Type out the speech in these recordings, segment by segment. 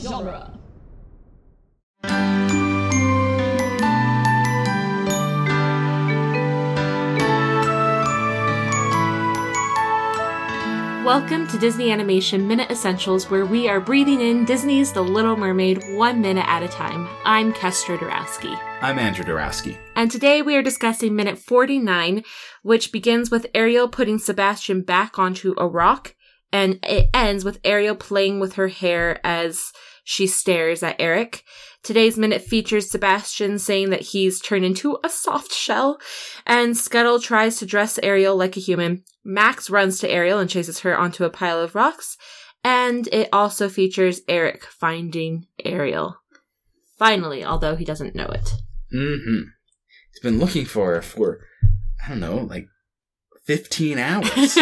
genre. Welcome to Disney Animation Minute Essentials, where we are breathing in Disney's The Little Mermaid one minute at a time. I'm Kestra Dorowski. I'm Andrew Dorowski. And today we are discussing minute 49, which begins with Ariel putting Sebastian back onto a rock, and it ends with Ariel playing with her hair as she stares at Eric. Today's minute features Sebastian saying that he's turned into a soft shell, and Scuttle tries to dress Ariel like a human. Max runs to Ariel and chases her onto a pile of rocks, and it also features Eric finding Ariel. Finally, although he doesn't know it. Mm-hmm. He's been looking for her for, I don't know, like 15 hours.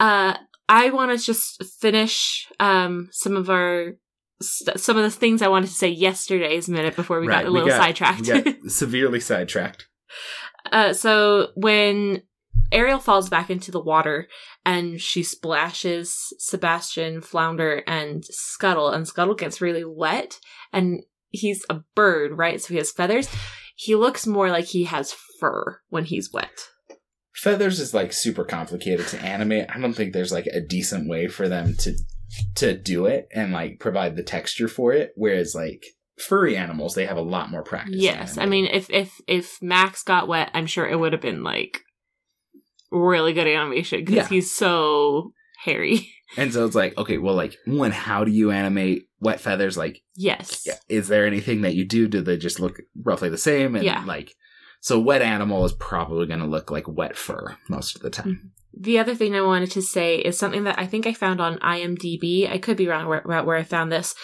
uh, I want to just finish um, some of our st- some of the things I wanted to say yesterday's minute before we Right, got a little sidetracked. we got severely sidetracked. uh, so when Ariel falls back into the water and she splashes Sebastian, Flounder, and Scuttle, and Scuttle gets really wet, and he's a bird, right? So he has feathers. He looks more like he has fur when he's wet. Feathers is like super complicated to animate. I don't think there's like a decent way for them to to do it and like provide the texture for it. Whereas like furry animals, they have a lot more practice. in Yes, I animating. mean if if if Max got wet, I'm sure it would have been like really good animation because Yeah. he's so hairy. And so it's like, okay, well, like one, how do you animate wet feathers? Like yes, Yeah. is there anything that you do? Do they just look roughly the same? And Yeah. like, so wet animal is probably going to look like wet fur most of the time. The other thing I wanted to say is something that I think I found on IMDb. I could be wrong where- about where I found this,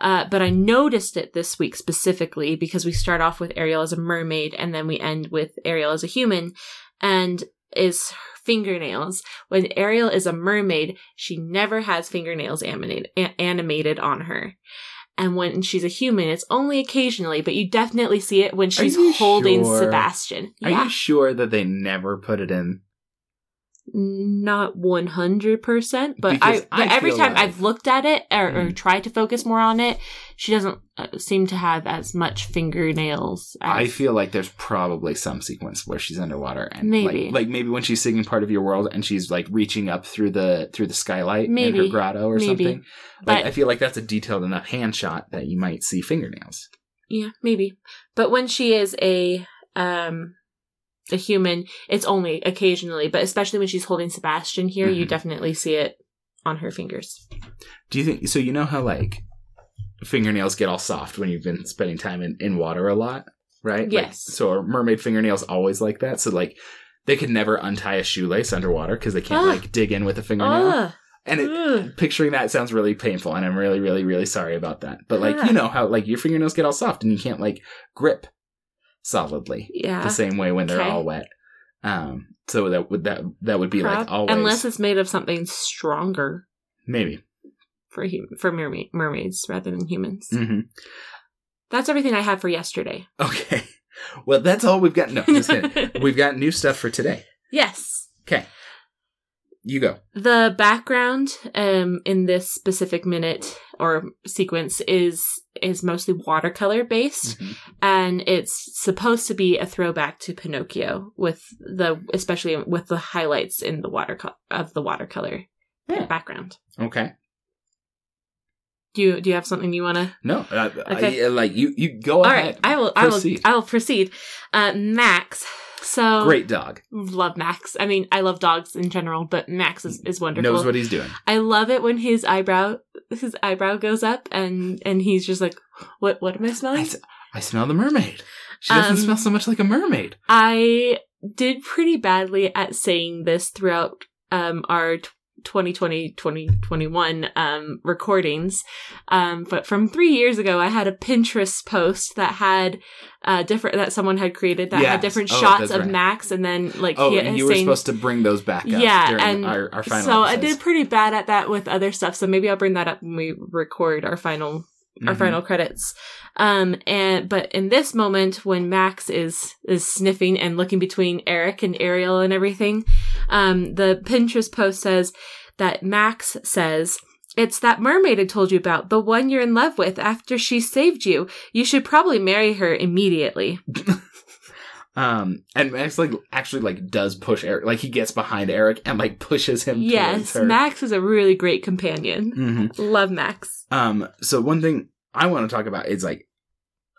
uh, but I noticed it this week specifically because we start off with Ariel as a mermaid and then we end with Ariel as a human and is her fingernails. When Ariel is a mermaid, she never has fingernails animated, a- animated on her. And when she's a human, it's only occasionally, but you definitely see it when she's you holding sure? Sebastian. Are you sure that they never put it in? not 100% but i, Because but I every feel time like- i've looked at it or, or Mm. tried to focus more on it she doesn't uh, seem to have as much fingernails as I feel like there's probably some sequence where she's underwater and Maybe. like, like maybe when she's singing part of your world and she's like reaching up through the through the skylight in Maybe. her grotto or Maybe. something. Like But- I feel like that's a detailed enough hand shot that you might see fingernails. yeah maybe but when she is a um a human it's only occasionally but especially when she's holding sebastian here you Mhm. definitely see it on her fingers Do you think so? You know how like fingernails get all soft when you've been spending time in, in water a lot, right? Like, Yes. so are mermaid fingernails always like that? So like they could never untie a shoelace underwater because they can't Ah. like dig in with a fingernail. Ah, and it, ugh. picturing that sounds really painful, and I'm really, really, really sorry about that. But like Ah. you know how like your fingernails get all soft and you can't like grip solidly yeah the same way when they're Ah. Okay. all wet. Um, so that would that that would be like Prob- always unless it's made of something stronger maybe. for hum- for merma- mermaids rather than humans hmm That's everything I had for yesterday. Okay. Well, that's all we've got. No, just kidding. we've got new stuff for today. Yes. Okay. You go. The background um, in this specific minute or sequence is is mostly watercolor based, Mm-hmm. Mm. and it's supposed to be a throwback to Pinocchio with the especially with the highlights in the watercolor of the watercolor Yeah. background. Okay. Do you do you have something you want to No, uh, Okay. I, uh, like you, you go All ahead. right, I will. Proceed. I will. I will proceed. Uh, Max. So Great dog. Love Max. I mean, I love dogs in general, but Max is, is wonderful. Knows what he's doing. I love it when his eyebrow his eyebrow goes up and and he's just like, what what am I I, smelling? s- I smell the mermaid. She doesn't Um, smell so much like a mermaid. I did pretty badly at saying this throughout um our t- 2020 2021 um recordings um but from 3 years ago I had a Pinterest post that had uh different that someone had created that had Yes. different Oh, shots that's of right. Max and then like Oh, he- and his you were saying- supposed to bring those back up Yeah, during and our, our final so I episodes. did pretty bad at that with other stuff. So maybe I'll bring that up when we record our final our Mhm. final credits. Um, and but in this moment when Max is is sniffing and looking between Eric and Ariel and everything, um, the Pinterest post says that Max says. It's that mermaid I told you about, the one you're in love with after she saved you. You should probably marry her immediately. Um, and Max like actually like does push Eric, like he gets behind Eric and like pushes him. Yes, towards her. Max is a really great companion. Mhm. Love Max. Um, so one thing I want to talk about is like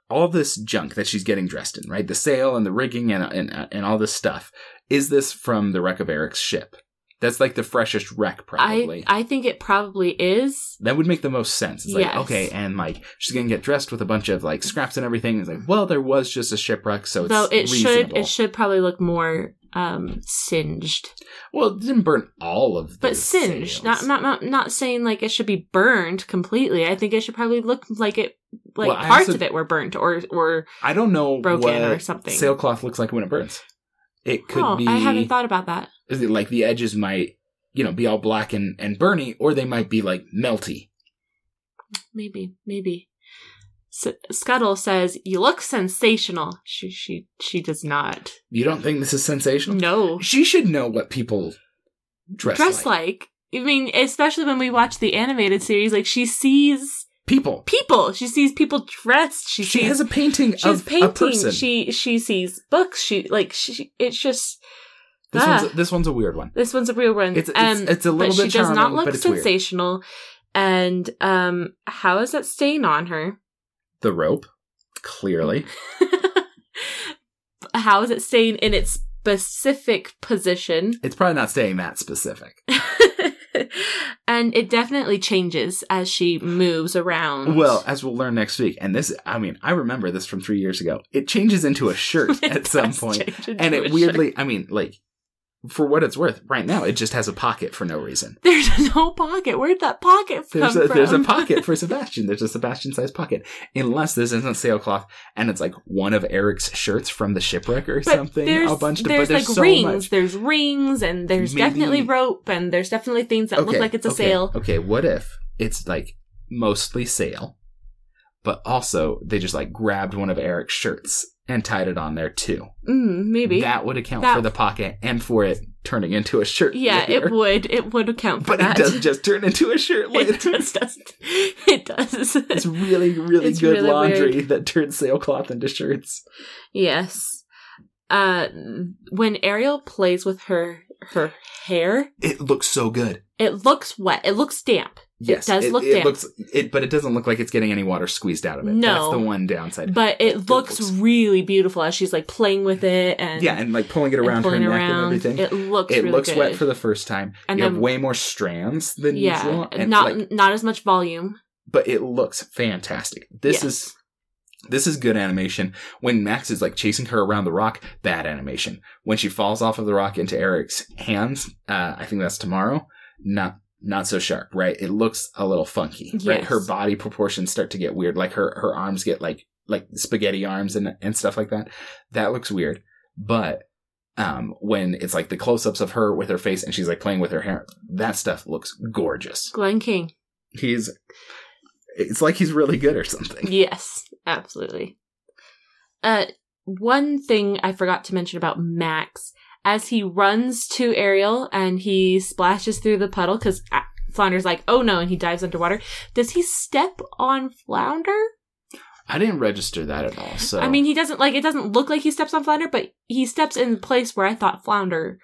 all this junk that she's getting dressed in, right? The sail and the rigging and and and all this stuff. Is this from the wreck of Eric's ship? That's like the freshest wreck, probably. I I think it probably is. that would make the most sense. It's like, Yes. okay, and like she's gonna get dressed with a bunch of like scraps and everything. It's like, well, there was just a shipwreck, so it's Though it should reasonable. it should probably look more um singed. well, it didn't burn all of But the singed. sails. Not, not not not saying like it should be burned completely. I think it should probably look like it like Well, I parts also- of it were burnt or or I don't know broken what or something. sailcloth looks like when it burns. It could oh, be I haven't thought about that. is it like the edges might, you know, be all black and, and burny, or they might be like melty. Maybe, maybe. S- Scuttle says, "You look sensational." She she she does not. You don't think this is sensational? No, She should know what people dress, dress like. like. I mean, especially when we watch the animated series, like she sees People. people. She sees people dressed. She, She sees has a painting she's of painting. a person. She she sees books. She like she. It's just this, Ah. one's, this one's a weird one. this one's a real one. It's, it's, Um, it's a little but bit she does charming, not look but it's weird. sensational. And um, how is that stain on her? The rope, clearly. how is it staying in its specific position? It's probably not staying that specific. and it definitely changes as she moves around. Well, as we'll learn next week, and this, I mean, I remember this from three years ago. It changes into a shirt It at some does point. change into and a it shirt. weirdly i mean like for what it's worth right now it just has a pocket for no reason there's no pocket. Where'd that pocket there's come a, from? there's a pocket for sebastian there's a sebastian sized pocket unless this isn't sailcloth and it's like one of eric's shirts from the shipwreck or But something There's, a bunch of there's but there's like so rings. much There's rings, and there's Maybe- definitely rope, and there's definitely things that look like it's a okay, sail. okay what if it's like mostly sail but also they just like grabbed one of eric's shirts and tied it on there too Mm, maybe. that would account That- for the pocket and for it turning into a shirt yeah, later. it would. It would account for but that. it doesn't just turn into a shirt it later. just doesn't. It does. It's really, really It's good really laundry that turns sailcloth into shirts. Yes. Uh, when Ariel plays with her her hair, It looks so good. it looks wet. It looks damp. Yes, does look it damp. looks it, but it doesn't look like it's getting any water squeezed out of it. No. that's the one downside. But it It looks looks- really beautiful as she's like playing with it and yeah, and like pulling it and around her pulling neck around. and everything. It It looks looks, really good. wet for the first time. And you have then- way more strands than yeah, usual, and not like, not as much volume. but it looks fantastic. This Yes. is this is good animation. When Max is like chasing her around the rock, bad animation. When she falls off of the rock into Eric's hands, uh, I think that's tomorrow. Not not so sharp, right? It looks a little funky, right? Yes. Her body proportions start to get weird. Like her her arms get like like spaghetti arms and and stuff like that. That looks weird, but. Um, when it's like the close-ups of her with her face and she's like playing with her hair, that stuff looks gorgeous Glen King. he's it's like he's really good or something Yes, absolutely. Uh, one thing I forgot to mention about Max as he runs to Ariel and he splashes through the puddle because Flounder's like, "Oh no!" and he dives underwater. Does he step on Flounder? i didn't register that at all so I mean, he doesn't like it. Doesn't look like he steps on Flounder, but he steps in the place where I thought Flounder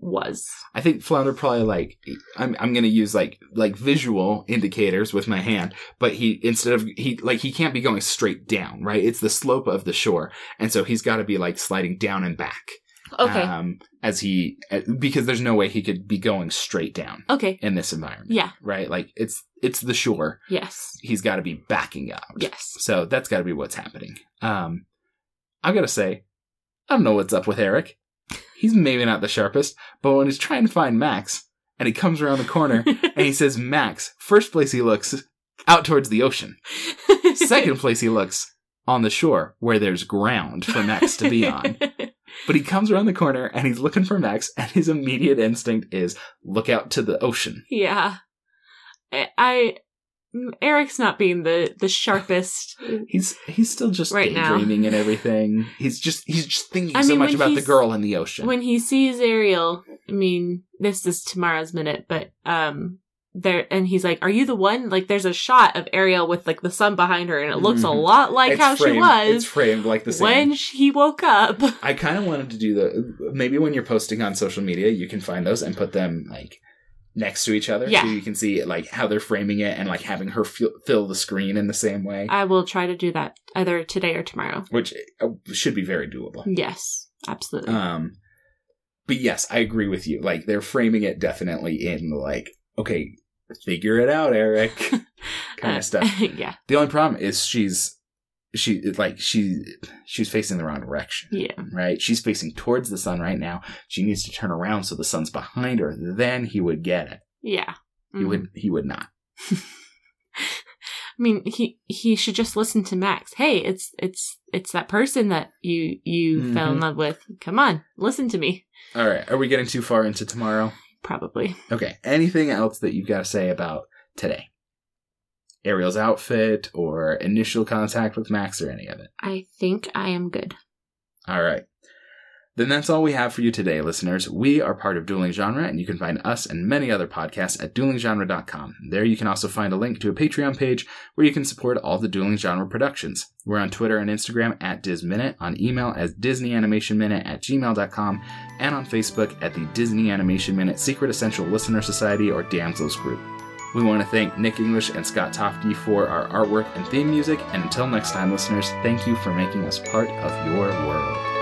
was. i think flounder probably like i'm, I'm gonna use like like visual indicators with my hand but he instead of he like he can't be going straight down right it's the slope of the shore and so he's got to be like sliding down and back Okay, um as he uh, because there's no way he could be going straight down okay, in this environment yeah, right like it's it's the shore yes, he's got to be backing up yes. So that's got to be what's happening. Um, I've got to say, I don't know what's up with Eric. He's maybe not the sharpest, but when he's trying to find Max and he comes around the corner and he says, Max, first place he looks out towards the ocean. Second place he looks on the shore where there's ground for Max to be on. But he comes around the corner and he's looking for Max and his immediate instinct is look out to the ocean. Yeah. I, I Eric's not being the the sharpest. He's he's still just Right now. daydreaming and everything. He's just he's just thinking I so mean, much when about the he's- girl in the ocean. when he sees Ariel, I mean, this is tomorrow's minute, but um there and he's like, "Are you the one?" Like there's a shot of Ariel with like the sun behind her and it looks a Mhm. lot like It's how she framed- It's was framed like the same. when she woke up. I kind of wanted to do the maybe when you're posting on social media, you can find those and put them like next to each other, Yeah. so you can see like how they're framing it and like having her fill fill the screen in the same way, I will try to do that either today or tomorrow. which uh, should be very doable. Yes, absolutely. Um, but yes, I agree with you. Like they're framing it definitely in like, okay, figure it out, Eric, kind Uh, of stuff. yeah. The only problem is she's she like she she's facing the wrong direction. Yeah. Right? She's facing towards the sun right now. She needs to turn around so the sun's behind her. Then he would get it. Yeah. He Mhm. would he would not. I mean, he he should just listen to Max. Hey, it's it's it's that person that you you fell in love with. Come on, listen to me. All right. Are we getting too far into tomorrow? Probably. Okay. Anything else that you've got to say about today? Ariel's outfit or initial contact with Max or any of it? I think I am good. All right. Then that's all we have for you today, listeners. We are part of Dueling Genre, and you can find us and many other podcasts at duelinggenre.com. There you can also find a link to a Patreon page where you can support all the Dueling Genre productions. We're on Twitter and Instagram at DisMinute, on email as DisneyAnimationMinute at gmail.com, and on Facebook at the Disney Animation Minute Secret Essential Listener Society or Damsels Group. We want to thank Nick English and Scott Tofty for our artwork and theme music, and until next time, listeners, thank you for making us part of your world.